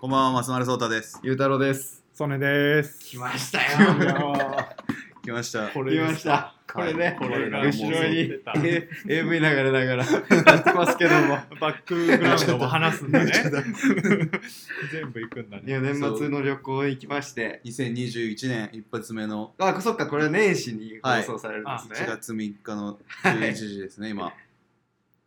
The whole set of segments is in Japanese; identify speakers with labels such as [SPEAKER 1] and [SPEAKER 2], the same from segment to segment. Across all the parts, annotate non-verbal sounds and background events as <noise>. [SPEAKER 1] こんばんは、松丸聡太です。
[SPEAKER 2] ゆうたろうです。
[SPEAKER 3] ソネです。
[SPEAKER 4] 来ました
[SPEAKER 3] いや
[SPEAKER 4] よ。
[SPEAKER 3] ー
[SPEAKER 1] 来ました。
[SPEAKER 3] こ
[SPEAKER 2] 言い
[SPEAKER 3] れ
[SPEAKER 2] ま
[SPEAKER 3] で
[SPEAKER 2] し
[SPEAKER 3] す。
[SPEAKER 2] た。これね、
[SPEAKER 3] これが
[SPEAKER 1] もう
[SPEAKER 2] 後ろに
[SPEAKER 3] そう出た
[SPEAKER 2] <laughs> A- AV 流れな <laughs> がらやってますけども。
[SPEAKER 3] バックグラウンドも話すん <laughs> だね。全部行くんだ
[SPEAKER 2] い
[SPEAKER 3] ね。
[SPEAKER 2] や、年末の旅行行きまして。
[SPEAKER 1] 2021年一発目の
[SPEAKER 2] あ、そっか、これ年始に
[SPEAKER 1] はい
[SPEAKER 2] 放送されるんです
[SPEAKER 1] 1
[SPEAKER 2] ね。
[SPEAKER 1] 月3日の
[SPEAKER 2] い
[SPEAKER 1] 11時ですね、今。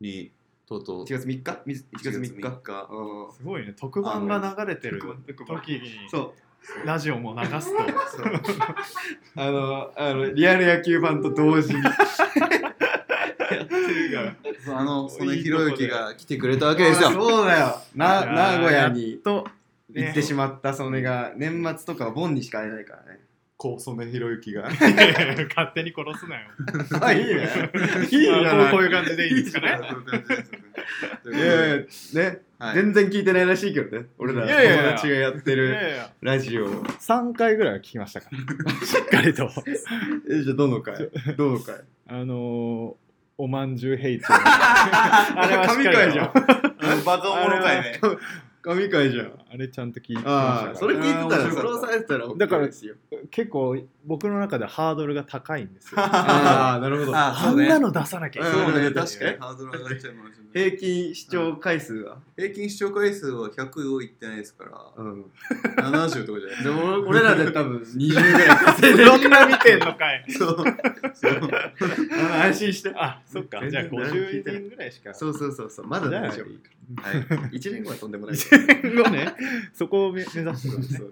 [SPEAKER 1] に、とうとう。
[SPEAKER 2] 1月3日 ?1 月
[SPEAKER 1] 1
[SPEAKER 2] 3
[SPEAKER 1] 月3
[SPEAKER 2] 日。
[SPEAKER 1] 日
[SPEAKER 2] うん
[SPEAKER 3] すごいね。特番が流れてる
[SPEAKER 2] 特番
[SPEAKER 3] 時に
[SPEAKER 2] そう。
[SPEAKER 3] ラジオも流すと。
[SPEAKER 2] あの、あの、リアル野球版と同 <laughs> 時に。
[SPEAKER 1] あの、その
[SPEAKER 3] いい
[SPEAKER 1] ひ
[SPEAKER 3] とこ
[SPEAKER 1] ろ
[SPEAKER 3] で
[SPEAKER 1] ゆきが来てくれたわけです
[SPEAKER 2] あ
[SPEAKER 1] よ。
[SPEAKER 2] そうだよ。な、
[SPEAKER 3] いやー
[SPEAKER 2] 名古屋に
[SPEAKER 3] と、
[SPEAKER 2] 行ってしまったそれが、年末とかはボンにしか会えないからね。
[SPEAKER 1] こう、そのひろゆきが。
[SPEAKER 3] いやいや <laughs> 勝手に殺すなよ。
[SPEAKER 2] <laughs> あ、いいね。いいじゃ
[SPEAKER 3] まあ
[SPEAKER 2] な
[SPEAKER 3] こうこう
[SPEAKER 2] い。
[SPEAKER 3] いう感じでいいんですかね。
[SPEAKER 2] いやいや、ね。
[SPEAKER 1] はい
[SPEAKER 2] 全然聞いてないらしいけどね俺ら
[SPEAKER 3] いやいやいや
[SPEAKER 2] 友達がやって
[SPEAKER 3] い
[SPEAKER 2] る
[SPEAKER 3] やいや
[SPEAKER 2] ラジオを
[SPEAKER 3] 3回ぐらいは聞きました <laughs> から。しっかりと。
[SPEAKER 2] えじゃあどの回どの回
[SPEAKER 3] あのー、おまんじゅうヘ <laughs> イト。
[SPEAKER 2] あ
[SPEAKER 3] れはしっかり
[SPEAKER 2] 神
[SPEAKER 3] と
[SPEAKER 2] 回じゃん
[SPEAKER 1] バカおもろかいね。
[SPEAKER 2] 神回じゃん
[SPEAKER 3] あれちゃんと聞いて
[SPEAKER 2] あ
[SPEAKER 3] ま
[SPEAKER 2] あ
[SPEAKER 3] し
[SPEAKER 2] そ
[SPEAKER 3] たか
[SPEAKER 2] れ
[SPEAKER 3] ら
[SPEAKER 2] 聞いて
[SPEAKER 1] あ
[SPEAKER 2] たら
[SPEAKER 1] ー
[SPEAKER 2] それをされてたら
[SPEAKER 3] だから
[SPEAKER 2] ですよ
[SPEAKER 3] 結構僕の中でハードルが高いんですよ。
[SPEAKER 2] ああなるほど
[SPEAKER 1] あ、
[SPEAKER 3] あ
[SPEAKER 1] そうんね。
[SPEAKER 3] なの出さなきゃいけ
[SPEAKER 1] そ
[SPEAKER 3] な
[SPEAKER 1] う
[SPEAKER 3] い。
[SPEAKER 1] ね、
[SPEAKER 2] うん
[SPEAKER 1] 確かにハードル上がっちゃうかもしれない。
[SPEAKER 2] 平均視聴回数は
[SPEAKER 1] 平均視聴回数は100をいってないですから、
[SPEAKER 2] うん
[SPEAKER 1] 70とかじゃない
[SPEAKER 2] でも俺らで多分20ぐらい稼いでる
[SPEAKER 3] そんな見てんのかい。
[SPEAKER 1] そう。そう。
[SPEAKER 2] あ安心して
[SPEAKER 3] あ、そっか。じゃあ
[SPEAKER 2] 全然誰も聞
[SPEAKER 3] 50
[SPEAKER 2] いてない
[SPEAKER 3] 人ぐらいしか。
[SPEAKER 2] そうそうそうそうまだ大丈夫
[SPEAKER 3] じ
[SPEAKER 1] はい。
[SPEAKER 2] 1年後はとんでもない
[SPEAKER 3] 今後ね、そこを目目指してるんです。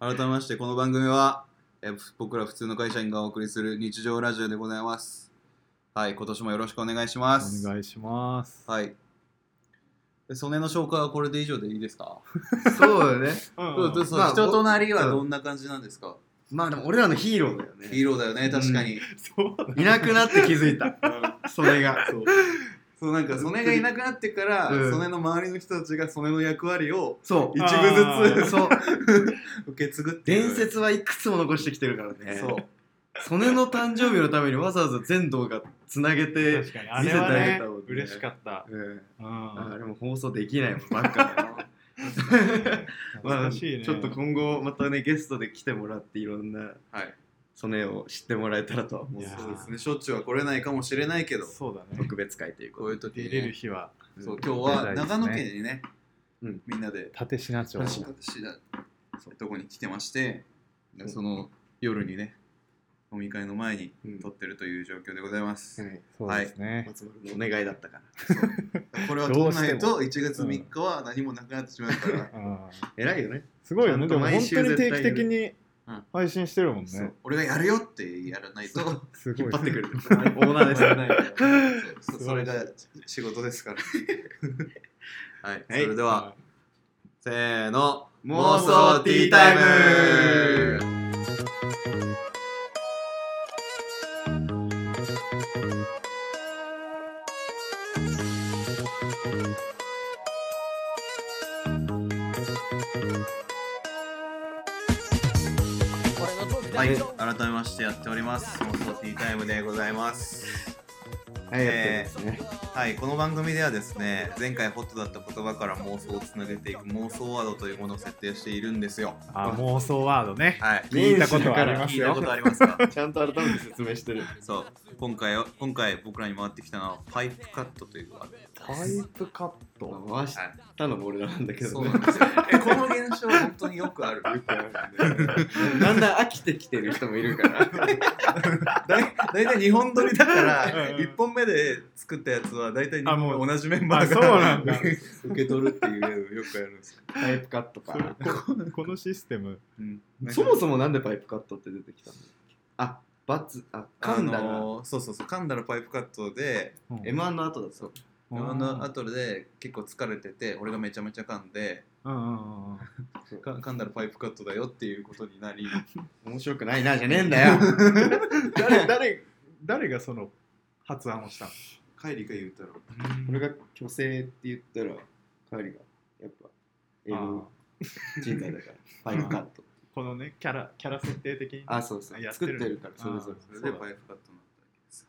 [SPEAKER 1] 改めましてこの番組は、えー僕ら普通の会社員がお送りする日常ラジオでございますはい今年もよろしくお願いします
[SPEAKER 3] お願いします。
[SPEAKER 1] はいで曽根の紹介はこれで以上でいいですか
[SPEAKER 2] そうだね
[SPEAKER 1] そうそうそう
[SPEAKER 2] まあ
[SPEAKER 1] 人となりは
[SPEAKER 2] うん
[SPEAKER 1] どんな感じなんですか、
[SPEAKER 2] まあでも俺らのヒーローだよ
[SPEAKER 1] ヒ
[SPEAKER 2] ね
[SPEAKER 1] ーローだよね確かに、
[SPEAKER 3] そうだ
[SPEAKER 2] いなくなって気づいたそれが
[SPEAKER 1] そうなんか曽根がいなくなってから、
[SPEAKER 2] うん
[SPEAKER 1] 曽根の周りの人たちが曽根の役割を
[SPEAKER 2] そう
[SPEAKER 1] 一
[SPEAKER 3] あ
[SPEAKER 1] 部ず
[SPEAKER 3] ー
[SPEAKER 2] そう
[SPEAKER 1] つ受け継ぐっていう
[SPEAKER 2] 伝説はいくつも残してきてるからね
[SPEAKER 1] そう
[SPEAKER 2] 曽根の誕生日のためにわざわざ全動画つなげて、
[SPEAKER 3] 確かに。あれは
[SPEAKER 2] 見せてあげ
[SPEAKER 3] ね
[SPEAKER 2] たもんね、
[SPEAKER 3] 嬉しかった。
[SPEAKER 2] うん、
[SPEAKER 3] うん。
[SPEAKER 2] あ
[SPEAKER 3] ま
[SPEAKER 2] れも放送できないもんばっか
[SPEAKER 1] <laughs>
[SPEAKER 2] だなまあ、
[SPEAKER 3] しいね。
[SPEAKER 2] ちょっと今後またねゲストで来てもらっていろんな
[SPEAKER 1] はい
[SPEAKER 2] 曽根を知ってもらえたらとは思う
[SPEAKER 3] いやー
[SPEAKER 1] そうですねしょっちゅうは来れないかもしれないけど
[SPEAKER 3] そうだね。
[SPEAKER 2] 特別会という
[SPEAKER 1] こ
[SPEAKER 2] こ
[SPEAKER 1] う
[SPEAKER 2] と
[SPEAKER 1] い
[SPEAKER 2] で
[SPEAKER 1] う時に
[SPEAKER 3] 入
[SPEAKER 1] ね、
[SPEAKER 3] れる日は
[SPEAKER 1] そう今日は長野県にね、
[SPEAKER 2] うん
[SPEAKER 1] みんなで
[SPEAKER 3] 立品町。
[SPEAKER 1] 私だとこに来てまして、
[SPEAKER 2] うん
[SPEAKER 1] その夜にね飲み会の前に
[SPEAKER 2] うん
[SPEAKER 1] 撮ってるという状況でございます、
[SPEAKER 2] はい
[SPEAKER 3] そうですね。
[SPEAKER 2] 松丸のお願いだったから
[SPEAKER 1] これは撮らないと1月3日は何もなくなってしまうから、
[SPEAKER 3] うん
[SPEAKER 2] 偉いよね
[SPEAKER 3] すごいよ
[SPEAKER 2] ちゃ
[SPEAKER 3] ね。
[SPEAKER 2] ん
[SPEAKER 3] で
[SPEAKER 2] と
[SPEAKER 3] も本
[SPEAKER 2] 毎
[SPEAKER 3] 当
[SPEAKER 2] 週
[SPEAKER 3] に
[SPEAKER 2] 絶対
[SPEAKER 3] 定
[SPEAKER 2] やる
[SPEAKER 3] 期的に配信してるもん
[SPEAKER 2] そ
[SPEAKER 3] ね
[SPEAKER 2] う。
[SPEAKER 1] 俺がやるよってやらないとそう
[SPEAKER 3] すご
[SPEAKER 2] 引っ
[SPEAKER 3] い
[SPEAKER 2] 張。ってくるオーナーですよね
[SPEAKER 1] そそれが仕事ですからはい、それでは、
[SPEAKER 3] は
[SPEAKER 1] せーの
[SPEAKER 2] 妄想ティータイム
[SPEAKER 1] はい、改めましてやっております。妄想ティータイムでございます。
[SPEAKER 2] はいやってますね
[SPEAKER 1] はい、この番組ではですね、前回ホットだった言葉から妄想をつなげていく妄想ワードというものを設定しているんですよ。
[SPEAKER 3] あ、妄想ワードね。
[SPEAKER 1] はい。
[SPEAKER 3] 聞いたことあります
[SPEAKER 1] 聞いた
[SPEAKER 3] よ
[SPEAKER 1] こ。とありますか <laughs>
[SPEAKER 2] ちゃんと改めて説明してる
[SPEAKER 1] そう、今回は、今回僕らに回ってきたのはパイプカットというワード。
[SPEAKER 3] タイプカット。
[SPEAKER 2] 回したのも俺らなんだけど
[SPEAKER 1] そう
[SPEAKER 2] ね
[SPEAKER 1] なんですよ。この現象本当によくあ <laughs> る。
[SPEAKER 2] だんだん飽きてきてる人もいる <laughs> から。
[SPEAKER 1] だい大体2本撮りだから
[SPEAKER 3] うん
[SPEAKER 1] 1本目で作ったやつは大体
[SPEAKER 3] あ
[SPEAKER 1] 2
[SPEAKER 3] もう
[SPEAKER 1] 本同じメンバーが
[SPEAKER 3] あそうなんだ
[SPEAKER 1] 受け取るっていうよくやるんですよ、
[SPEAKER 2] パイプカットかな。
[SPEAKER 3] このシステム。
[SPEAKER 1] うん、
[SPEAKER 2] そもそもなんでパイプカットって出てきたのあ、バツ、あ、カンダ
[SPEAKER 1] あ
[SPEAKER 2] が
[SPEAKER 1] のーそうそうそう噛んだらパイプカットで
[SPEAKER 2] M1 の後だそう。
[SPEAKER 3] うん
[SPEAKER 1] M1 の後で結構疲れてて俺がめちゃめちゃ噛んで
[SPEAKER 3] うんうんうんうん。
[SPEAKER 1] か噛んだらパイプカットだよっていうことになり
[SPEAKER 2] 面白くないなじゃねえんだ
[SPEAKER 1] <laughs>
[SPEAKER 2] よ。
[SPEAKER 3] 誰誰誰がその発案をしたの
[SPEAKER 1] 帰りが言うたら
[SPEAKER 2] 俺が虚勢って言ったら、カリが、やっぱ、英
[SPEAKER 3] あ
[SPEAKER 2] 語人材だから、パイプカット。
[SPEAKER 3] このねキャラキャラ設定的に
[SPEAKER 2] あ、そうそう。
[SPEAKER 3] やって
[SPEAKER 2] 作
[SPEAKER 3] る
[SPEAKER 2] ってるから、それぞれ
[SPEAKER 3] あ。
[SPEAKER 1] それでパイプカットになったわけですよ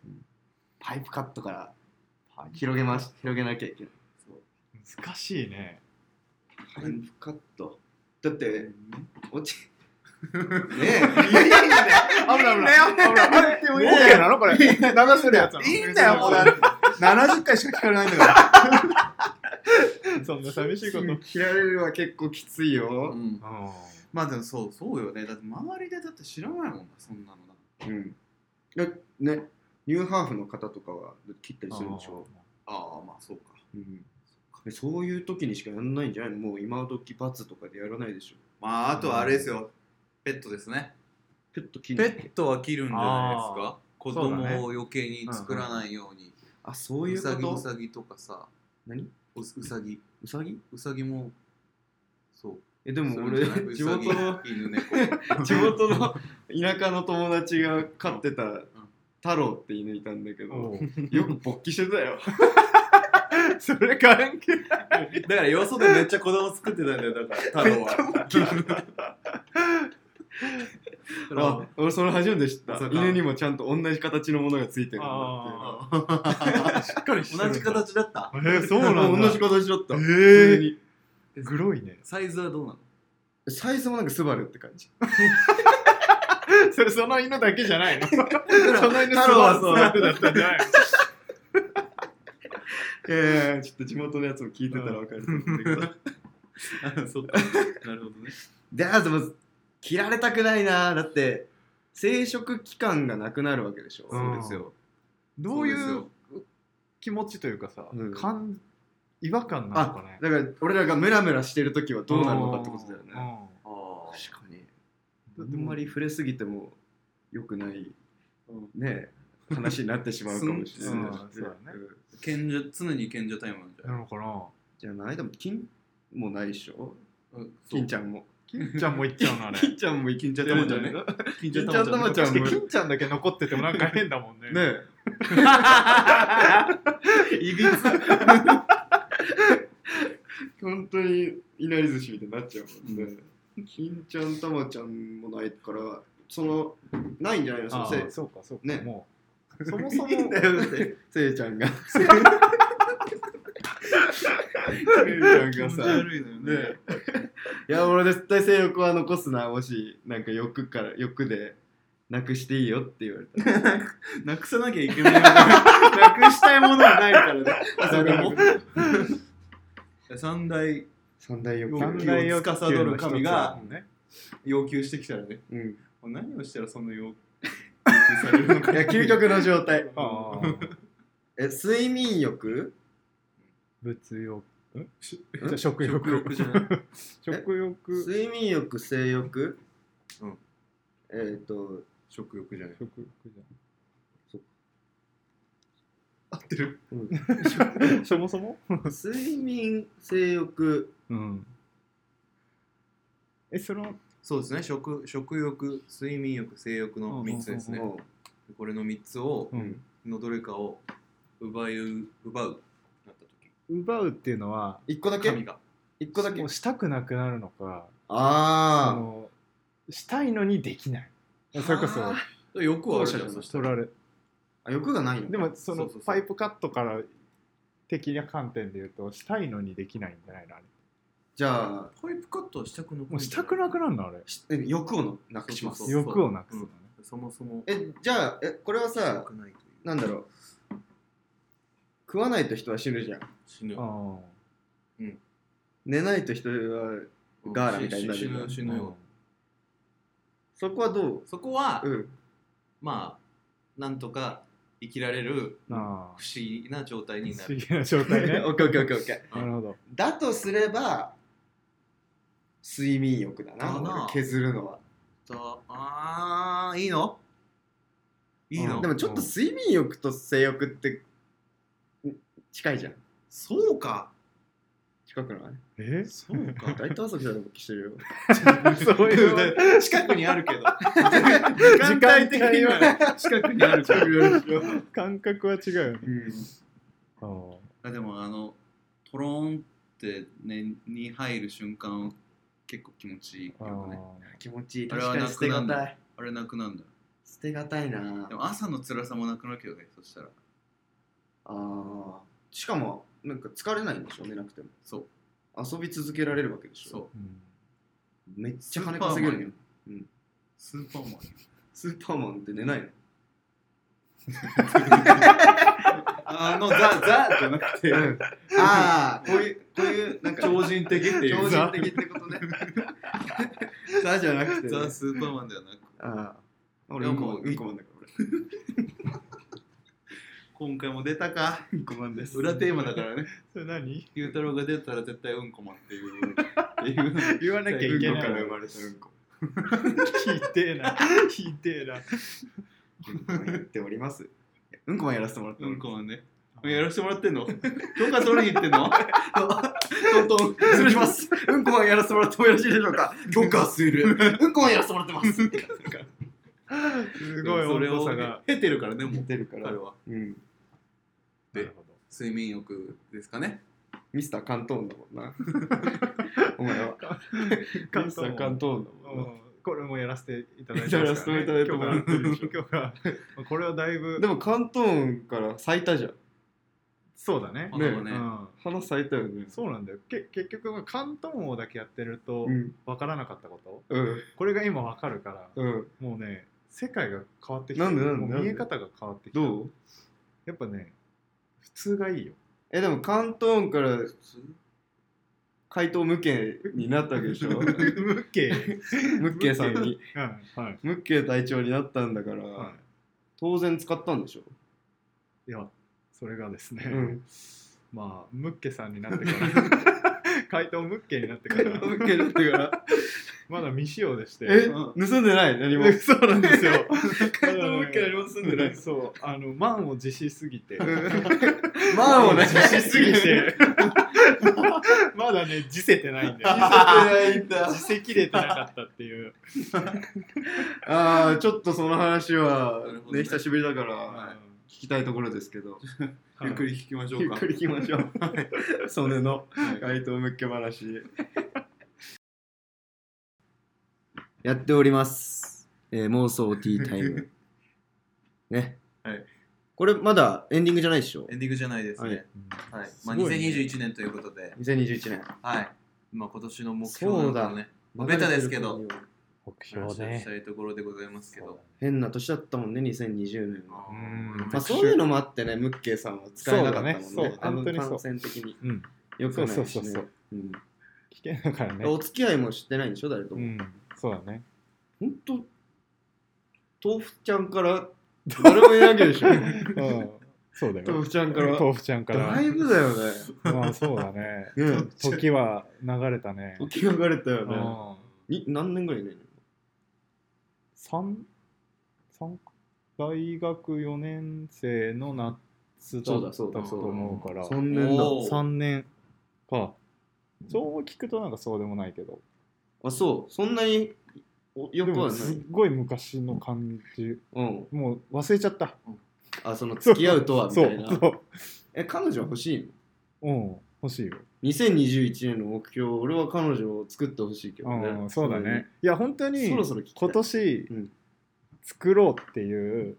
[SPEAKER 2] パイプカットから
[SPEAKER 3] パイ
[SPEAKER 2] 広げます。広げなきゃいけない。
[SPEAKER 3] 難しいね
[SPEAKER 2] あれ不カットだって落ちね
[SPEAKER 3] いやいやいや危ない危ない危ない
[SPEAKER 1] あれで
[SPEAKER 3] オ
[SPEAKER 1] も
[SPEAKER 3] ッ
[SPEAKER 1] いいん
[SPEAKER 3] ケ
[SPEAKER 1] だ
[SPEAKER 3] ー
[SPEAKER 1] よ。
[SPEAKER 3] なのこれ流せるやつ
[SPEAKER 1] いいんだよ、もうだって。70回しか聞かれないんだから。
[SPEAKER 3] そんな寂しいこと
[SPEAKER 2] え切られるは結構きついよ
[SPEAKER 1] うんまあでもそう、そうよね。だって周りでだって知らないもんな、そんなのな。
[SPEAKER 2] うんだねニューハーフの方とかは切ったりするんでしょ
[SPEAKER 1] ああ、まあそうか。
[SPEAKER 2] うんでそういう時にしかやんないんじゃないのもう今時罰とかでやらないでしょ
[SPEAKER 1] まああとはあれですよ。ペットですね。
[SPEAKER 2] ペット切
[SPEAKER 1] ペ
[SPEAKER 2] る
[SPEAKER 1] ットは切るんじゃないです
[SPEAKER 3] あ
[SPEAKER 1] か子
[SPEAKER 3] そうだ
[SPEAKER 1] 供
[SPEAKER 3] ね
[SPEAKER 1] を余計に作らないように。
[SPEAKER 2] あそう
[SPEAKER 1] う
[SPEAKER 2] いう
[SPEAKER 1] さぎ
[SPEAKER 2] こ
[SPEAKER 1] う
[SPEAKER 2] と
[SPEAKER 1] さぎとかさ、
[SPEAKER 2] 何
[SPEAKER 1] ううさぎ。
[SPEAKER 2] うさぎ
[SPEAKER 1] うさぎも、そう。
[SPEAKER 2] えでも
[SPEAKER 1] そう
[SPEAKER 2] 俺
[SPEAKER 1] じゃないう
[SPEAKER 2] 地
[SPEAKER 1] さぎ
[SPEAKER 2] 元の
[SPEAKER 1] 犬 <laughs> 猫。
[SPEAKER 2] 地元の田舎の友達が飼ってた太郎って犬いたんだけどよく勃起してた <laughs> よ
[SPEAKER 3] それ関係
[SPEAKER 1] だからよそでめっちゃ子供作ってたんだよ、だから、太郎は。
[SPEAKER 2] あ俺それ初めて知った
[SPEAKER 1] そうか
[SPEAKER 2] 犬にもちゃんと同じ形のものがついてるんだっ
[SPEAKER 3] しっかりしてる
[SPEAKER 1] 同じ形だった
[SPEAKER 3] え。ー、
[SPEAKER 2] て
[SPEAKER 3] そうなんだ
[SPEAKER 2] 同じ形だった
[SPEAKER 3] えー
[SPEAKER 2] 普通に
[SPEAKER 3] グロいね
[SPEAKER 1] サイズはどうなの
[SPEAKER 2] サイズもなんかスバルって感じ
[SPEAKER 3] <laughs> それその犬だけじゃ
[SPEAKER 2] <laughs>
[SPEAKER 3] ないのその犬
[SPEAKER 1] 太郎はそう
[SPEAKER 3] スバルだったんじゃないの
[SPEAKER 2] ええちょっと地元のやつも聞いてたらわかると思うんだけど
[SPEAKER 1] あそっか。なるほどね。
[SPEAKER 2] であでも切られたくないなだって生殖期間がなくなるわけでしょ
[SPEAKER 3] う
[SPEAKER 1] そ
[SPEAKER 3] ん
[SPEAKER 1] うですよ。
[SPEAKER 3] ど
[SPEAKER 1] そ
[SPEAKER 3] ういうう気持ちというかさ、
[SPEAKER 2] うん
[SPEAKER 3] 感違和感なのかね
[SPEAKER 2] だから俺らがムラムラしてる時はどうなるのかってことだよね
[SPEAKER 3] う
[SPEAKER 1] あ
[SPEAKER 2] 確かにあ
[SPEAKER 3] ん
[SPEAKER 2] んまり触れすぎても良くない、ねえ話になってしまうかもしれない
[SPEAKER 3] うん
[SPEAKER 2] し
[SPEAKER 3] そうだね
[SPEAKER 2] うん
[SPEAKER 1] 賢者、常に賢者タイムなんじゃ
[SPEAKER 3] な
[SPEAKER 1] ない
[SPEAKER 3] のかな
[SPEAKER 2] じゃあないでも金もないでしょ
[SPEAKER 1] うん
[SPEAKER 2] 金ちゃんも
[SPEAKER 3] 金ちゃんも行っちゃうのあれ
[SPEAKER 2] 金ちゃんも金ちゃん
[SPEAKER 1] 玉ちゃんね
[SPEAKER 2] ね
[SPEAKER 1] 金
[SPEAKER 2] ちゃん玉ちゃんも
[SPEAKER 3] 金ちゃんだけ残っててもなんか変だもんね <laughs>
[SPEAKER 2] ねえいびつ本当にいなり寿司みたいになっちゃうもんね、金ちゃん玉ちゃんもないからそのないんじゃないのそ
[SPEAKER 3] あ
[SPEAKER 2] の
[SPEAKER 3] あ
[SPEAKER 2] せい
[SPEAKER 3] そうかそうか、
[SPEAKER 2] ね
[SPEAKER 3] もうそもそも
[SPEAKER 2] <laughs> いいんだよってせいちゃんがせいちゃんが
[SPEAKER 1] 気持ち
[SPEAKER 2] さ
[SPEAKER 1] 悪いのよね
[SPEAKER 2] ねいや俺絶対性欲は残すなもしなんか欲から欲でなくしていいよって言われた
[SPEAKER 1] なくさなきゃいけないものなくしたいものはないからね <laughs>
[SPEAKER 2] <laughs>
[SPEAKER 1] それも <laughs> 三大
[SPEAKER 2] 三大欲
[SPEAKER 1] 三大欲求を司る神が
[SPEAKER 3] ね
[SPEAKER 1] 要求してきたらね
[SPEAKER 2] うんい
[SPEAKER 1] もう何をしたらそんな要要求されるの <laughs> か
[SPEAKER 2] や究極の状態
[SPEAKER 3] ああ
[SPEAKER 2] え睡眠欲
[SPEAKER 3] 物欲ん
[SPEAKER 1] し
[SPEAKER 3] じゃあ
[SPEAKER 1] 食
[SPEAKER 3] 食
[SPEAKER 1] 欲
[SPEAKER 3] 欲
[SPEAKER 1] じゃない
[SPEAKER 3] <laughs> 食欲
[SPEAKER 2] 睡眠欲性欲
[SPEAKER 1] うん
[SPEAKER 2] えっ、と
[SPEAKER 1] 食欲じゃない
[SPEAKER 3] 食欲じ
[SPEAKER 1] 合ってる <laughs>
[SPEAKER 3] ゃんそもそも
[SPEAKER 2] 睡眠性欲
[SPEAKER 3] うんえその
[SPEAKER 1] そうですね食食欲睡眠欲性欲の3つですね
[SPEAKER 2] も
[SPEAKER 1] これの3つを
[SPEAKER 3] うん
[SPEAKER 1] のどれかを奪いう奪うなった時
[SPEAKER 3] 奪うっていうのは
[SPEAKER 2] う一個だ
[SPEAKER 1] 神
[SPEAKER 2] け
[SPEAKER 1] が
[SPEAKER 2] 一個だけ
[SPEAKER 3] もうしたくなくなるのかあ
[SPEAKER 2] あ
[SPEAKER 3] のしたいのにできないそれこそ
[SPEAKER 2] あー
[SPEAKER 1] 欲はあるじゃん
[SPEAKER 2] 後者
[SPEAKER 1] そ
[SPEAKER 2] だ
[SPEAKER 1] した
[SPEAKER 3] 取
[SPEAKER 1] ら
[SPEAKER 3] られ
[SPEAKER 2] あ欲がないの
[SPEAKER 3] でもそ
[SPEAKER 1] そうそ
[SPEAKER 3] の
[SPEAKER 1] うそう
[SPEAKER 3] パイプカットから的な観点で言うとしたいのにできないんじゃないのあれ
[SPEAKER 2] じゃあ
[SPEAKER 1] パイプカットはしたくなく
[SPEAKER 3] もうしたくなくなるのあれ
[SPEAKER 2] しえ欲をなくします
[SPEAKER 1] そうそう
[SPEAKER 3] 欲をなくすのね
[SPEAKER 1] そもそも
[SPEAKER 2] えじゃあえこれは
[SPEAKER 1] 良
[SPEAKER 2] さ
[SPEAKER 1] くないという
[SPEAKER 2] なんだろう食わないと人は死ぬじゃん
[SPEAKER 1] 死ぬ
[SPEAKER 3] あ
[SPEAKER 2] 寝ないと人は
[SPEAKER 1] うん
[SPEAKER 2] ガーラみたいになる
[SPEAKER 1] 死ぬ死ぬよ
[SPEAKER 2] そこはどう
[SPEAKER 1] そこは
[SPEAKER 2] うん
[SPEAKER 1] まあなんとか生きられる
[SPEAKER 3] ああ
[SPEAKER 1] 不
[SPEAKER 3] あ
[SPEAKER 1] 思議な状態にな
[SPEAKER 3] <laughs> 不
[SPEAKER 1] る
[SPEAKER 3] 思議な状
[SPEAKER 2] オ
[SPEAKER 3] 態
[SPEAKER 2] ッケ
[SPEAKER 3] ね
[SPEAKER 2] ー <laughs> オッケーオッケーオッケー
[SPEAKER 3] なるほど
[SPEAKER 2] だとすれば睡眠欲だな
[SPEAKER 1] だな
[SPEAKER 2] 俺削るのは
[SPEAKER 1] とあーいいのいいの、
[SPEAKER 3] うん
[SPEAKER 2] でもちょっと睡眠欲と性欲ってん近いじゃん
[SPEAKER 1] そうか
[SPEAKER 2] 近くない
[SPEAKER 3] え
[SPEAKER 1] そうか
[SPEAKER 2] 大体朝来たら勃起してるよ
[SPEAKER 3] そういう
[SPEAKER 1] 近くにあるけど
[SPEAKER 3] 時間的には
[SPEAKER 1] <laughs> 近くにあるけど
[SPEAKER 3] 感覚は違うよね
[SPEAKER 2] うん
[SPEAKER 3] あ
[SPEAKER 1] あでもあのトローンってねに入る瞬間結構気持ちいいよ
[SPEAKER 3] あ
[SPEAKER 1] ね
[SPEAKER 2] 気持ちいい
[SPEAKER 1] あれ
[SPEAKER 2] 確
[SPEAKER 1] は
[SPEAKER 2] かに捨てが
[SPEAKER 1] なくな
[SPEAKER 2] た
[SPEAKER 1] ん
[SPEAKER 2] い
[SPEAKER 1] あれなくなんだ
[SPEAKER 2] 捨てがたいな
[SPEAKER 1] でも朝の辛さもなくなるけどねそしたら
[SPEAKER 2] ああしかもなんか疲れないんでしょ寝なくても
[SPEAKER 1] そう
[SPEAKER 2] 遊び続けられるわけでしょ
[SPEAKER 1] そう
[SPEAKER 2] めっちゃ金稼げるのよ
[SPEAKER 3] スーパーマン
[SPEAKER 2] スーパーマンって寝ないの
[SPEAKER 1] あのザ・ザじゃなくて
[SPEAKER 2] ああこういうこういうなんか
[SPEAKER 1] 超人的っていう
[SPEAKER 2] 超
[SPEAKER 1] ザ・
[SPEAKER 2] 人的ってことねザじゃなくて、ね、
[SPEAKER 1] スーパーマンではなく
[SPEAKER 2] ああ俺うんこマンうんこマンだから
[SPEAKER 1] 今回も出たか
[SPEAKER 2] 俺うんこマンです
[SPEAKER 1] 裏テーマだからね
[SPEAKER 3] それ何
[SPEAKER 1] ゆうたろうが出たら絶対うんこマンって
[SPEAKER 3] <laughs>
[SPEAKER 1] いうっていうの
[SPEAKER 3] 言わなきゃいけ
[SPEAKER 2] うんこ
[SPEAKER 3] な
[SPEAKER 2] か
[SPEAKER 3] い
[SPEAKER 2] ら
[SPEAKER 3] の
[SPEAKER 2] 生まれたうんこ
[SPEAKER 3] ひでえなひでえな
[SPEAKER 2] うんこマンやっておりますうんこマンやらせてもらって
[SPEAKER 1] う
[SPEAKER 2] ま
[SPEAKER 1] ん
[SPEAKER 2] す
[SPEAKER 1] こマンねやらせてもらってんの許可取りに行ってんの
[SPEAKER 2] トントン失礼しますうんこマンやらせてもらってもよろしいでしょうか許可するうんこマンやらせてもらってます
[SPEAKER 3] すごい
[SPEAKER 1] それ
[SPEAKER 3] 温
[SPEAKER 1] を
[SPEAKER 3] 度差が
[SPEAKER 1] 経てるからねもう
[SPEAKER 2] てるか
[SPEAKER 1] 彼は
[SPEAKER 2] うん
[SPEAKER 1] で
[SPEAKER 3] なるほど
[SPEAKER 1] 睡眠欲ですかね
[SPEAKER 2] ミスター関東だもんな <laughs> お前は
[SPEAKER 3] 関
[SPEAKER 2] ミスタ
[SPEAKER 3] 東
[SPEAKER 2] ー関東だもんな
[SPEAKER 3] うんこれもやらせていただいてますから、ね、
[SPEAKER 2] やらせていただいてます
[SPEAKER 3] 今日はこれはだいぶ
[SPEAKER 2] でも関東から咲いたじゃん
[SPEAKER 3] そうだね
[SPEAKER 1] まだま
[SPEAKER 3] う
[SPEAKER 1] ね
[SPEAKER 3] ん
[SPEAKER 2] 花咲いたよね
[SPEAKER 3] そうなんだよけ結局関東王だけやってると
[SPEAKER 2] うん
[SPEAKER 3] 分からなかったこと
[SPEAKER 2] うん
[SPEAKER 3] これが今分かるから
[SPEAKER 2] うん
[SPEAKER 3] もうね世界が変わってきて
[SPEAKER 2] なんでなんで
[SPEAKER 3] もう
[SPEAKER 2] なん
[SPEAKER 3] 見
[SPEAKER 2] で
[SPEAKER 3] え方が変わってきて
[SPEAKER 2] どう
[SPEAKER 3] やっぱね普通がいいよ
[SPEAKER 2] えでも関東から回答無形になったわけでし <laughs> ょ
[SPEAKER 3] 無形
[SPEAKER 2] ムッケさんに <laughs>
[SPEAKER 3] うんはい、
[SPEAKER 2] ムッケ隊長になったんだから、
[SPEAKER 3] は
[SPEAKER 2] 当然使ったんでしょ
[SPEAKER 3] い、いやそれがですね、
[SPEAKER 2] うん
[SPEAKER 3] まあムッケさんになってから
[SPEAKER 2] <laughs>
[SPEAKER 3] 怪盗ムッケになってから
[SPEAKER 2] ムッケだってから
[SPEAKER 3] まだ未使用でして
[SPEAKER 2] え
[SPEAKER 1] う
[SPEAKER 2] 盗んでない何も
[SPEAKER 3] そうなんです <laughs> よ
[SPEAKER 2] 回答無形何も盗んでない
[SPEAKER 3] そうあの満を持しすぎて
[SPEAKER 2] ま
[SPEAKER 3] <laughs>
[SPEAKER 2] あもうね
[SPEAKER 3] 自信すぎ
[SPEAKER 2] <laughs>
[SPEAKER 3] てまだね自せてないんだよ
[SPEAKER 2] <laughs> ないんだ
[SPEAKER 3] 自せきれてなかったっていう
[SPEAKER 2] ああちょっとその話は
[SPEAKER 1] なるほど
[SPEAKER 2] ね
[SPEAKER 1] ね
[SPEAKER 2] 久しぶりだから、
[SPEAKER 1] は
[SPEAKER 2] 聞きたいところですけど
[SPEAKER 3] うん
[SPEAKER 1] ゆっくり聞きましょ
[SPEAKER 2] ゆ
[SPEAKER 1] う
[SPEAKER 2] っ
[SPEAKER 1] か
[SPEAKER 2] くり聞きましょうそれの
[SPEAKER 1] はい
[SPEAKER 2] 街頭向け話やっております、えー妄想ティータ
[SPEAKER 1] <laughs>
[SPEAKER 2] イムね、
[SPEAKER 1] はい
[SPEAKER 2] これまだエンディングじゃないでしょ
[SPEAKER 1] エンディングじゃないですねはいまあ
[SPEAKER 3] すごいね
[SPEAKER 1] 2021年ということで
[SPEAKER 2] 2021年
[SPEAKER 1] はいまあ今年の目標なのかもねベタですけど
[SPEAKER 3] 目
[SPEAKER 1] 話をしたいところでございますけど
[SPEAKER 2] 変な年だったもんね2020年は、
[SPEAKER 1] あー
[SPEAKER 3] うん
[SPEAKER 1] まあ
[SPEAKER 2] まあ、そういうのもあってねムッケさんは使えなかったもんね
[SPEAKER 3] そうだねそう
[SPEAKER 2] あの
[SPEAKER 3] 本当にそう
[SPEAKER 2] 感染的に
[SPEAKER 3] うん
[SPEAKER 2] よくないし、ね、
[SPEAKER 3] そうそうそうそう
[SPEAKER 2] うん
[SPEAKER 3] 危険だからね
[SPEAKER 2] お付き合いもしてないんでしょ誰と
[SPEAKER 3] う
[SPEAKER 2] も、
[SPEAKER 3] んそうだね
[SPEAKER 2] ほんと豆腐ちゃんから誰もいないわけ
[SPEAKER 3] <laughs>
[SPEAKER 2] でしょ
[SPEAKER 3] うんそうだよ
[SPEAKER 2] 豆腐ちゃんから
[SPEAKER 3] 豆腐ちゃんから
[SPEAKER 2] だいぶだよね
[SPEAKER 3] まあそうだね
[SPEAKER 2] うん
[SPEAKER 3] 時は流れたね
[SPEAKER 2] 解きがかれたよ
[SPEAKER 3] う
[SPEAKER 2] ね
[SPEAKER 3] ん
[SPEAKER 2] に何年ぐらいいないの
[SPEAKER 3] 三三大学4年生の夏だったと
[SPEAKER 2] そうだそうだそうだ
[SPEAKER 3] 思うから
[SPEAKER 2] 3年だ
[SPEAKER 1] おー
[SPEAKER 3] 3年かそう聞くとなんかそうでもないけど
[SPEAKER 2] あそうそんなにおよ
[SPEAKER 3] で
[SPEAKER 2] く
[SPEAKER 3] も
[SPEAKER 2] はな
[SPEAKER 3] すっ
[SPEAKER 2] い
[SPEAKER 3] ごい昔の感じ
[SPEAKER 2] うん
[SPEAKER 3] もう忘れちゃった
[SPEAKER 2] あその付き合うとはみたいな
[SPEAKER 3] そうそう
[SPEAKER 2] え彼女欲しいの
[SPEAKER 3] うん欲しいよ、
[SPEAKER 2] 2021年の目標俺は彼女を作ってほしいけどね、
[SPEAKER 3] うんそうだねいや本当
[SPEAKER 2] それ
[SPEAKER 3] に
[SPEAKER 2] にそろそろ聞きたい
[SPEAKER 3] 今年
[SPEAKER 2] うん
[SPEAKER 3] 作ろうっていう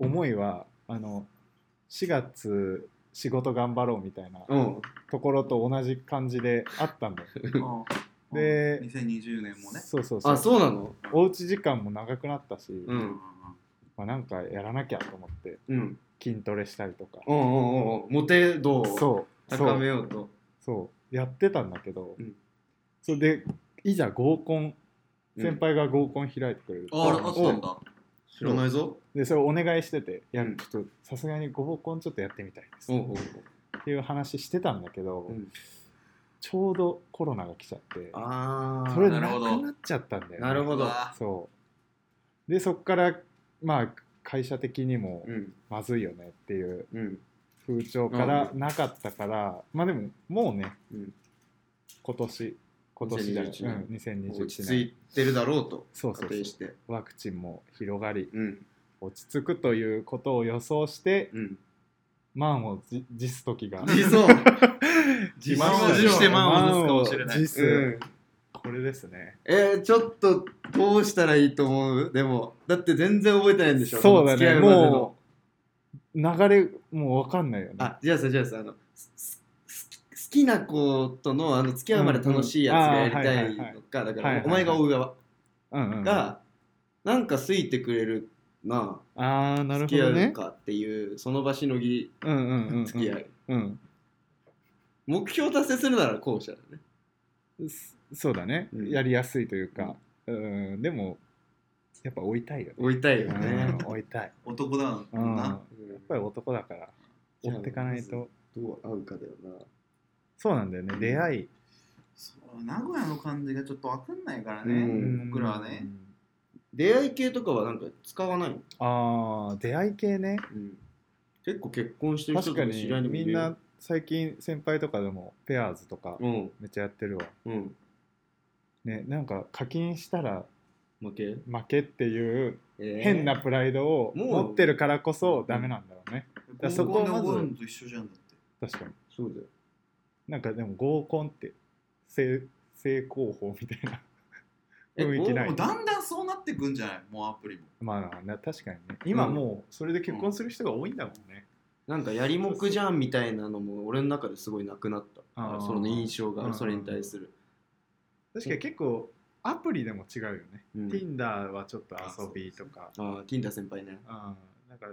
[SPEAKER 3] 思いはあの4月仕事頑張ろうみたいな
[SPEAKER 2] うん
[SPEAKER 3] ところと同じ感じであったんだよ
[SPEAKER 1] うん
[SPEAKER 3] で
[SPEAKER 1] 2020年もね
[SPEAKER 3] そうそうそう
[SPEAKER 2] あそうなの
[SPEAKER 3] おうち時間も長くなったし、
[SPEAKER 1] う
[SPEAKER 2] う
[SPEAKER 1] ん
[SPEAKER 2] ん
[SPEAKER 3] まあ、なんかやらなきゃと思って
[SPEAKER 2] うん
[SPEAKER 3] 筋トレしたりとか
[SPEAKER 2] おうんうんうんモテ度を
[SPEAKER 3] そうそ
[SPEAKER 2] 高め
[SPEAKER 3] う
[SPEAKER 2] ようと
[SPEAKER 3] そうやってたんだけど、
[SPEAKER 2] うん
[SPEAKER 3] それでいざ合コン
[SPEAKER 2] うん
[SPEAKER 3] 先輩が合コン開いてくれる
[SPEAKER 1] あああったんだ
[SPEAKER 2] 知らないぞ
[SPEAKER 3] でそれをお願いしてていや
[SPEAKER 2] うん
[SPEAKER 3] ちょっとさすがに合コンちょっとやってみたいです
[SPEAKER 2] おうおうおう
[SPEAKER 3] っていう話してたんだけど、
[SPEAKER 2] うん
[SPEAKER 3] ちょうどコロナが来ちゃって
[SPEAKER 2] ああ
[SPEAKER 3] それ
[SPEAKER 1] なる
[SPEAKER 3] なく
[SPEAKER 1] ほど
[SPEAKER 3] なっちゃったんだよね、
[SPEAKER 2] なるほど
[SPEAKER 1] うわ
[SPEAKER 3] そうでそっからまあ会社的にも
[SPEAKER 2] うん
[SPEAKER 3] まずいよねっていう
[SPEAKER 2] うん
[SPEAKER 3] 風潮からなかったから、まあでももうね、
[SPEAKER 2] うん
[SPEAKER 3] 今年今年じゃない、
[SPEAKER 2] 2021年
[SPEAKER 3] うん、2021
[SPEAKER 2] 落
[SPEAKER 3] 年
[SPEAKER 2] ち着いてるだろうと
[SPEAKER 3] そうそ
[SPEAKER 2] 仮
[SPEAKER 3] うそ
[SPEAKER 2] 定し
[SPEAKER 3] う
[SPEAKER 2] て
[SPEAKER 3] ワクチンも広がり
[SPEAKER 2] うん
[SPEAKER 3] 落ち着くということを予想して
[SPEAKER 2] うん
[SPEAKER 3] 満を持持す時
[SPEAKER 2] <laughs>
[SPEAKER 3] が
[SPEAKER 2] 理想
[SPEAKER 1] 自慢を持して満を持すかもしれない
[SPEAKER 3] 満を持す
[SPEAKER 2] うん
[SPEAKER 3] これですね
[SPEAKER 2] えー、ちょっとどうしたらいいと思うでもだって全然覚えてないんでしょ
[SPEAKER 3] そうだ
[SPEAKER 2] 付き合
[SPEAKER 3] ね
[SPEAKER 2] うまでの
[SPEAKER 3] もう流れもう分かんないよね
[SPEAKER 2] あじゃあさじゃあさあのすすす好きな子とのあの付き合うまで楽しいやつがやりたいのかだ
[SPEAKER 3] い
[SPEAKER 2] か
[SPEAKER 3] はいは
[SPEAKER 2] ら
[SPEAKER 3] い
[SPEAKER 2] お前が追う側
[SPEAKER 3] うんうん、あ
[SPEAKER 2] がなんか好いてくれるな
[SPEAKER 3] あーなる
[SPEAKER 2] 付
[SPEAKER 3] ほ
[SPEAKER 2] き合
[SPEAKER 3] ど
[SPEAKER 2] う
[SPEAKER 3] ね
[SPEAKER 2] かっていうその場しのぎ
[SPEAKER 3] うんうんうんうん
[SPEAKER 2] 付き合い
[SPEAKER 3] うん
[SPEAKER 2] 目標達成するなら後者だね
[SPEAKER 3] そそうだね、
[SPEAKER 2] うん
[SPEAKER 3] やりやすいというか、うん、でもやっぱ追いたいよね
[SPEAKER 2] 追いたいよ
[SPEAKER 3] うん
[SPEAKER 2] ね
[SPEAKER 3] 追いたい、
[SPEAKER 1] 男だも
[SPEAKER 3] うん、
[SPEAKER 1] ん
[SPEAKER 3] や
[SPEAKER 1] な。
[SPEAKER 3] っぱり男だから追ってかないと
[SPEAKER 2] どう合うかだよな
[SPEAKER 3] そうなんだよね出会い、
[SPEAKER 1] そう名古屋の感じがちょっと分かんないから
[SPEAKER 2] う
[SPEAKER 1] ね。
[SPEAKER 2] ん
[SPEAKER 1] 僕らはね
[SPEAKER 3] うん
[SPEAKER 2] 出会い系とかはなんか使わないの、
[SPEAKER 3] ああ出会い系ね
[SPEAKER 2] 結構結婚してる
[SPEAKER 3] 確
[SPEAKER 2] 人とか
[SPEAKER 3] か
[SPEAKER 2] 知り合い
[SPEAKER 3] に
[SPEAKER 2] にもい
[SPEAKER 3] み
[SPEAKER 2] る
[SPEAKER 3] ん
[SPEAKER 2] よ
[SPEAKER 3] な最近先輩とかでもペアーズとか
[SPEAKER 2] うん
[SPEAKER 3] めっちゃやってるわ、
[SPEAKER 2] うん
[SPEAKER 3] ねなんか課金したら
[SPEAKER 2] 負け、
[SPEAKER 3] 負けっていう
[SPEAKER 2] えー
[SPEAKER 3] 変なプライドを
[SPEAKER 2] もう
[SPEAKER 3] 持ってるからこそダメなんだろうね、らそ
[SPEAKER 1] 合
[SPEAKER 3] こ
[SPEAKER 1] コ
[SPEAKER 3] を
[SPEAKER 1] ンで
[SPEAKER 3] まず
[SPEAKER 1] 覚えるのと一緒じゃんだって。
[SPEAKER 3] 確かに
[SPEAKER 2] そうだよ
[SPEAKER 3] なんかでも合コンって正正攻法みたいな
[SPEAKER 2] <laughs> え
[SPEAKER 3] 雰囲気な
[SPEAKER 1] も
[SPEAKER 3] いう
[SPEAKER 1] だんだんそうなってくんじゃないもうアプ
[SPEAKER 3] <laughs>
[SPEAKER 1] リも。
[SPEAKER 3] まあな確かにね今もうそれで結婚する人が多いんだもんね、
[SPEAKER 2] なんかやりもくじゃんみたいなのも俺の中ですごいなくなった
[SPEAKER 3] あー
[SPEAKER 2] その印象
[SPEAKER 3] うん
[SPEAKER 2] がそれに対する、
[SPEAKER 3] 確かに結構アプリでも違うよね、
[SPEAKER 2] うん
[SPEAKER 3] Tinder はちょっと遊びとか
[SPEAKER 2] ああーティンダ先輩ね
[SPEAKER 3] あーなんか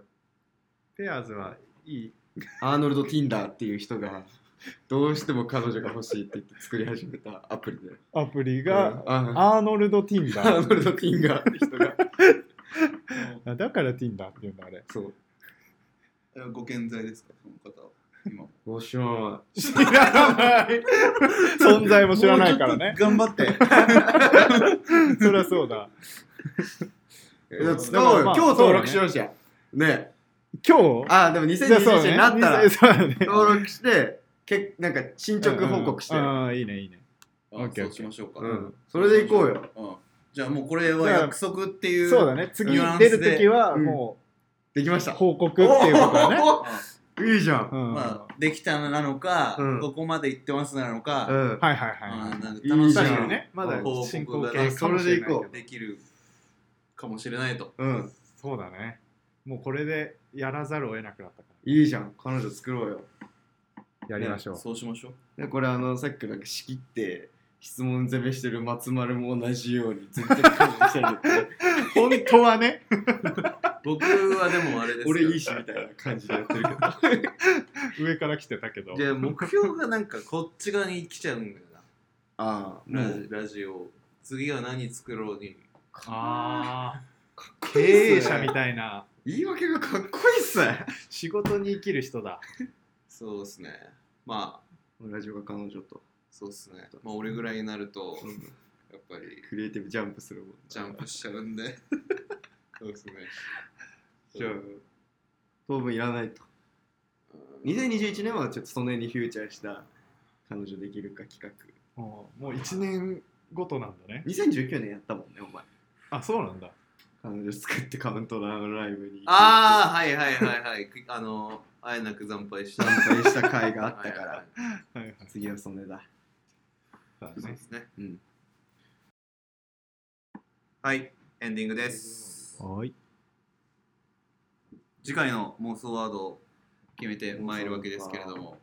[SPEAKER 3] ペアーズはいい
[SPEAKER 2] アーノルド・ティンダーっていう人がどうしても彼女が欲しいって言って作り始めたアプリで
[SPEAKER 3] アプリが、
[SPEAKER 2] うんあ
[SPEAKER 3] アーノルド・ティン
[SPEAKER 2] ア
[SPEAKER 3] ダ
[SPEAKER 2] ーノルド・ティンガーって人が
[SPEAKER 3] ーだからティンダーっていうんだあれ
[SPEAKER 2] そう
[SPEAKER 1] えご健在ですか、その方は。今も。
[SPEAKER 2] おしま
[SPEAKER 3] <laughs> 知らない存在も知らないから
[SPEAKER 1] もう
[SPEAKER 3] ね
[SPEAKER 1] ちょっと頑張って。
[SPEAKER 3] <laughs> そりゃそうだ
[SPEAKER 2] い
[SPEAKER 3] うん
[SPEAKER 2] 使おう
[SPEAKER 3] でもま
[SPEAKER 2] よ
[SPEAKER 3] あ
[SPEAKER 2] 今日登録しましたね
[SPEAKER 3] 今日
[SPEAKER 2] ああでも2020年になったら
[SPEAKER 3] そうだね
[SPEAKER 2] 登録してけなんか進捗報告して、
[SPEAKER 3] うんうんああいいねいいね
[SPEAKER 1] あ
[SPEAKER 3] OK
[SPEAKER 1] そうしましょうか。
[SPEAKER 2] うんそれでいこうよ。
[SPEAKER 1] うん。じゃあもうこれは約束っていう。
[SPEAKER 3] そうだね次
[SPEAKER 1] ニュアンス
[SPEAKER 3] 出
[SPEAKER 1] で
[SPEAKER 3] るときは
[SPEAKER 2] うん
[SPEAKER 3] も
[SPEAKER 2] できまし
[SPEAKER 3] う
[SPEAKER 2] た
[SPEAKER 3] 報告っていうことだね
[SPEAKER 2] いいじゃん、
[SPEAKER 3] うん
[SPEAKER 1] まあ、できたなのか、
[SPEAKER 2] うん
[SPEAKER 1] ここまで行ってますなのか、
[SPEAKER 2] うん
[SPEAKER 3] はいはい
[SPEAKER 1] あ
[SPEAKER 3] は
[SPEAKER 1] ーなんか
[SPEAKER 2] いい
[SPEAKER 1] 楽し
[SPEAKER 2] じゃん
[SPEAKER 3] 確か
[SPEAKER 1] み
[SPEAKER 3] にねまだ
[SPEAKER 1] 報
[SPEAKER 3] 進
[SPEAKER 1] 告
[SPEAKER 3] 行
[SPEAKER 1] が
[SPEAKER 3] 形
[SPEAKER 1] ね
[SPEAKER 3] かもしれないけど
[SPEAKER 2] それ
[SPEAKER 1] できるかもしれないと。
[SPEAKER 2] うん
[SPEAKER 3] そうだねもうこれでやらざるを得なくなったか
[SPEAKER 2] いいじゃん彼女作ろうよ
[SPEAKER 3] らやりましょう
[SPEAKER 1] そうしましょう。
[SPEAKER 2] でこれあのさっきなんか仕切って質問攻めしてる松丸も同じようにずっと彼女してるって
[SPEAKER 3] 本当はね
[SPEAKER 1] 僕はでもあれです
[SPEAKER 2] 俺いいしみたいな感じでやって <laughs> るけど
[SPEAKER 3] 上から来てたけど
[SPEAKER 1] じゃあ目標がなんかこっち側に来ちゃうんだよ
[SPEAKER 2] ああ
[SPEAKER 1] な、ラジオ次は何作ろうに
[SPEAKER 3] ああ
[SPEAKER 2] こ
[SPEAKER 3] 経
[SPEAKER 2] いいっすね
[SPEAKER 3] 営者みたいな
[SPEAKER 2] 言い訳がかっこいいっすね
[SPEAKER 3] 仕事に生きる人だ
[SPEAKER 1] そうですねまあ
[SPEAKER 2] ラジオが彼女と
[SPEAKER 1] そうですねまあ俺ぐらいになるとやっぱり
[SPEAKER 2] クリエイティブジャンプするもんな
[SPEAKER 1] ジャンプしちゃうんで <laughs> そうですね
[SPEAKER 2] じゃあ当分いらないと
[SPEAKER 1] うん
[SPEAKER 2] 2021年はちょっとその辺にフューチャーした彼女できるか企画
[SPEAKER 3] もうもう1年ごとなんだね
[SPEAKER 2] 2019年やったもんねお前
[SPEAKER 3] あそうなんだ
[SPEAKER 2] 彼女作ってカウントダウンライブに
[SPEAKER 1] ああはいはいはいはいくあのあえなく惨敗した
[SPEAKER 2] 参拝した回があっ
[SPEAKER 1] は
[SPEAKER 2] たか
[SPEAKER 1] い
[SPEAKER 2] ら
[SPEAKER 1] はい
[SPEAKER 3] はいはい
[SPEAKER 2] 次はそれだ
[SPEAKER 3] そうだ
[SPEAKER 1] そう
[SPEAKER 3] ね
[SPEAKER 1] ですね
[SPEAKER 2] うん
[SPEAKER 1] はいエンディングです
[SPEAKER 3] はい
[SPEAKER 1] 次回の妄想ワードを決めてまいるわけですけれども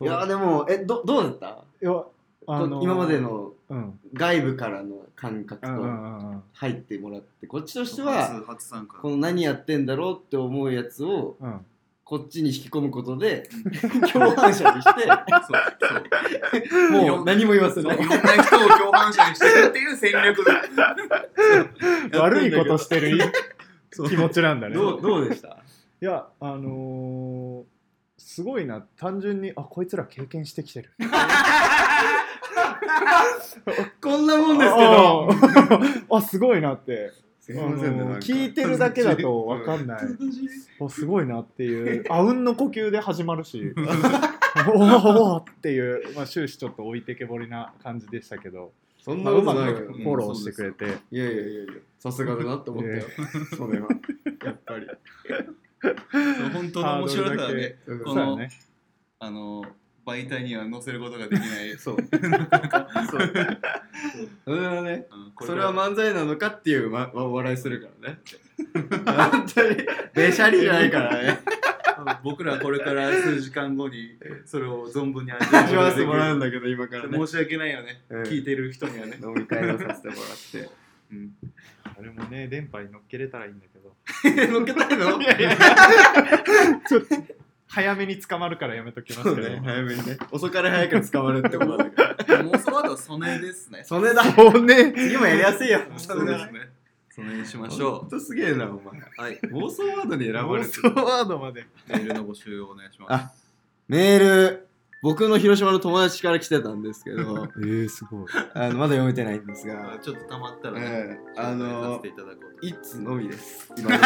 [SPEAKER 2] いやでもえどどうだった、
[SPEAKER 3] いやあのー
[SPEAKER 2] 今までの
[SPEAKER 3] うん
[SPEAKER 2] 外部からの感覚
[SPEAKER 3] うんうん
[SPEAKER 2] と
[SPEAKER 3] うんうん
[SPEAKER 2] 入ってもらってこっちとしては
[SPEAKER 1] 初初参加 <laughs>
[SPEAKER 2] この何やってんだろうって思うやつを
[SPEAKER 3] うん
[SPEAKER 2] こっちに引き込むことで
[SPEAKER 1] うん
[SPEAKER 2] 共犯者にして
[SPEAKER 1] そうそう
[SPEAKER 2] もう何も言わせ
[SPEAKER 1] い
[SPEAKER 2] ない
[SPEAKER 1] ろんな人を共犯者にしてるっていう戦略だ
[SPEAKER 3] 悪いことしてる
[SPEAKER 2] <laughs> そう
[SPEAKER 3] 気持ちなんだね
[SPEAKER 2] どうどうでした
[SPEAKER 3] いやあのーすごいな単純にあこいつら経験してきてる
[SPEAKER 2] こんなもんですけど
[SPEAKER 3] あああすごいなって
[SPEAKER 2] す
[SPEAKER 3] あのー聞いてるだけだと分かんないおすごいなっていうあうんの呼吸で始まるしおおおおっていう、まあ、終始ちょっと置いてけぼりな感じでしたけど、
[SPEAKER 2] <laughs> そん
[SPEAKER 3] ま
[SPEAKER 2] な
[SPEAKER 3] あ、
[SPEAKER 2] こ
[SPEAKER 3] う
[SPEAKER 2] と
[SPEAKER 3] ま
[SPEAKER 2] ない
[SPEAKER 3] くフ
[SPEAKER 2] よ
[SPEAKER 3] ォローしてくれて、
[SPEAKER 2] いやいやいやいやさすがだなって思ったよそれ <laughs> はやっぱり
[SPEAKER 1] 本当の面白さはね
[SPEAKER 2] うん
[SPEAKER 1] こ
[SPEAKER 3] そう
[SPEAKER 1] の
[SPEAKER 3] だね
[SPEAKER 1] あの媒体には載せることができ <laughs> ない、
[SPEAKER 2] <laughs> そう。そう。それはね、
[SPEAKER 1] うんこ
[SPEAKER 2] そ
[SPEAKER 1] れ
[SPEAKER 2] れ
[SPEAKER 1] は
[SPEAKER 2] は
[SPEAKER 1] ま
[SPEAKER 2] 漫才なのかっていう、 <laughs> ま、お笑いするからね。本当に、べしゃりじゃないからね。
[SPEAKER 1] あ僕らこれから数時間後にそれを存分に味わ
[SPEAKER 5] 味わわせてもら
[SPEAKER 1] う
[SPEAKER 5] うんだけど今からね
[SPEAKER 1] 申し訳ないよね、
[SPEAKER 5] うん
[SPEAKER 1] 聞いてる人にはね、
[SPEAKER 5] 飲み会をさせてもら <laughs> って
[SPEAKER 1] うん、
[SPEAKER 3] あれもね、電波に乗っけれたらいいんだけど。
[SPEAKER 1] 乗っけたいの
[SPEAKER 3] ちょっと早めに捕まるからやめときますけど。
[SPEAKER 5] 早めにね遅かれ早く捕まるってことだ
[SPEAKER 2] <laughs>
[SPEAKER 5] から
[SPEAKER 1] もうその後は曽根ですね
[SPEAKER 5] それだ
[SPEAKER 3] そうね。
[SPEAKER 5] 次もやりやすい <laughs> よ
[SPEAKER 1] そうですね曽根にしまし
[SPEAKER 5] ほん
[SPEAKER 1] ょ
[SPEAKER 5] とすげえなお前
[SPEAKER 1] うはい
[SPEAKER 5] 妄想ワードに選ば
[SPEAKER 3] 妄
[SPEAKER 5] れて
[SPEAKER 3] 想
[SPEAKER 5] る
[SPEAKER 3] ワードまで。
[SPEAKER 1] メールの募集をお願いします
[SPEAKER 2] あメール僕の広島の友達から来てたんですけど
[SPEAKER 3] え
[SPEAKER 2] <laughs>
[SPEAKER 3] ー、すごい。
[SPEAKER 2] あのまだ読めてない
[SPEAKER 5] <laughs>
[SPEAKER 2] んですが、
[SPEAKER 1] ちょっとたまったらね、
[SPEAKER 5] ええ
[SPEAKER 1] あ
[SPEAKER 5] あ
[SPEAKER 1] のさせ
[SPEAKER 5] の
[SPEAKER 1] ていただこうと
[SPEAKER 5] 一通のみ <laughs> です今
[SPEAKER 3] こ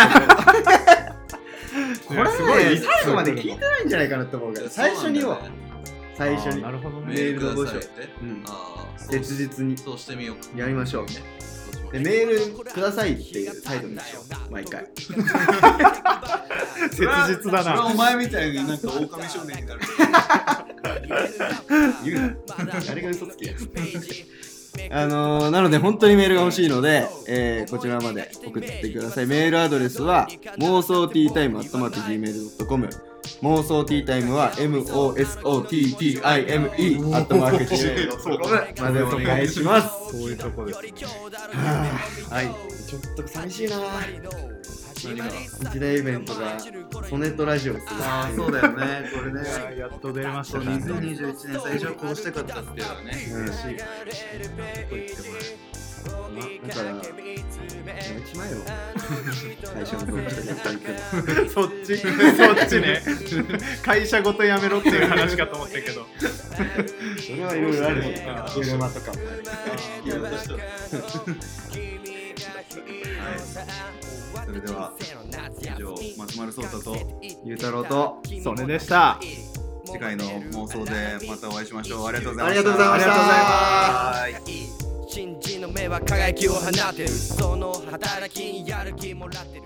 [SPEAKER 2] これ
[SPEAKER 3] す
[SPEAKER 2] ね
[SPEAKER 3] ごい
[SPEAKER 2] 最後まで聞いてないんじゃないかなと思うから最初に
[SPEAKER 1] そう
[SPEAKER 2] は
[SPEAKER 1] なんだよね
[SPEAKER 2] 最初に
[SPEAKER 3] あーなるほど
[SPEAKER 1] メ
[SPEAKER 3] ね。
[SPEAKER 1] ールくださいって
[SPEAKER 2] うん
[SPEAKER 1] ああそう
[SPEAKER 2] 切実に
[SPEAKER 1] そうしてみよう
[SPEAKER 2] やりましょう
[SPEAKER 1] ねそうしましょう
[SPEAKER 2] でメールくださいっていう態度にしよう毎回
[SPEAKER 3] 切実だ
[SPEAKER 1] それは
[SPEAKER 3] な。
[SPEAKER 1] お前みたいになんか狼少年になる。
[SPEAKER 2] 言うな
[SPEAKER 5] 誰が嘘つきや
[SPEAKER 2] あのーなので本当にメールが欲しいので、えーこちらまで送ってくださいメールアドレスは妄想ティータイム Gmail.com 妄想ティータイムは MOSOTTIME アットマーク Gmail.com までお願いします
[SPEAKER 3] そういうとこです。
[SPEAKER 2] はいちょっと寂しいな
[SPEAKER 1] 何が
[SPEAKER 2] 一大イベントがソネットラジオです
[SPEAKER 1] ああ、そうだよね。これね。
[SPEAKER 3] やっと出れました
[SPEAKER 1] そう
[SPEAKER 3] ね。
[SPEAKER 1] 2021年最初はこうしたかったっていうのはね。
[SPEAKER 2] うん
[SPEAKER 1] 嬉しいよね。こう言ってもらえる
[SPEAKER 2] だからやめち <laughs> まえよ会社の同期と <laughs> やったりとか
[SPEAKER 3] そっち、そっちね。会社ごとやめろっていう話かと思ったけど。
[SPEAKER 2] それはい <laughs> ろいろあるね
[SPEAKER 3] あ
[SPEAKER 2] 車とかも
[SPEAKER 1] い <laughs> や私とはい。それでは、以上、松丸聡太と
[SPEAKER 2] ゆうたろうと
[SPEAKER 3] それでした。
[SPEAKER 1] 次回の妄想でまたお会いしましょう。ありがとうございました。
[SPEAKER 2] ありがとうございました
[SPEAKER 1] はい
[SPEAKER 6] 新人の目は輝きを放ってるその働きにやる気もらってる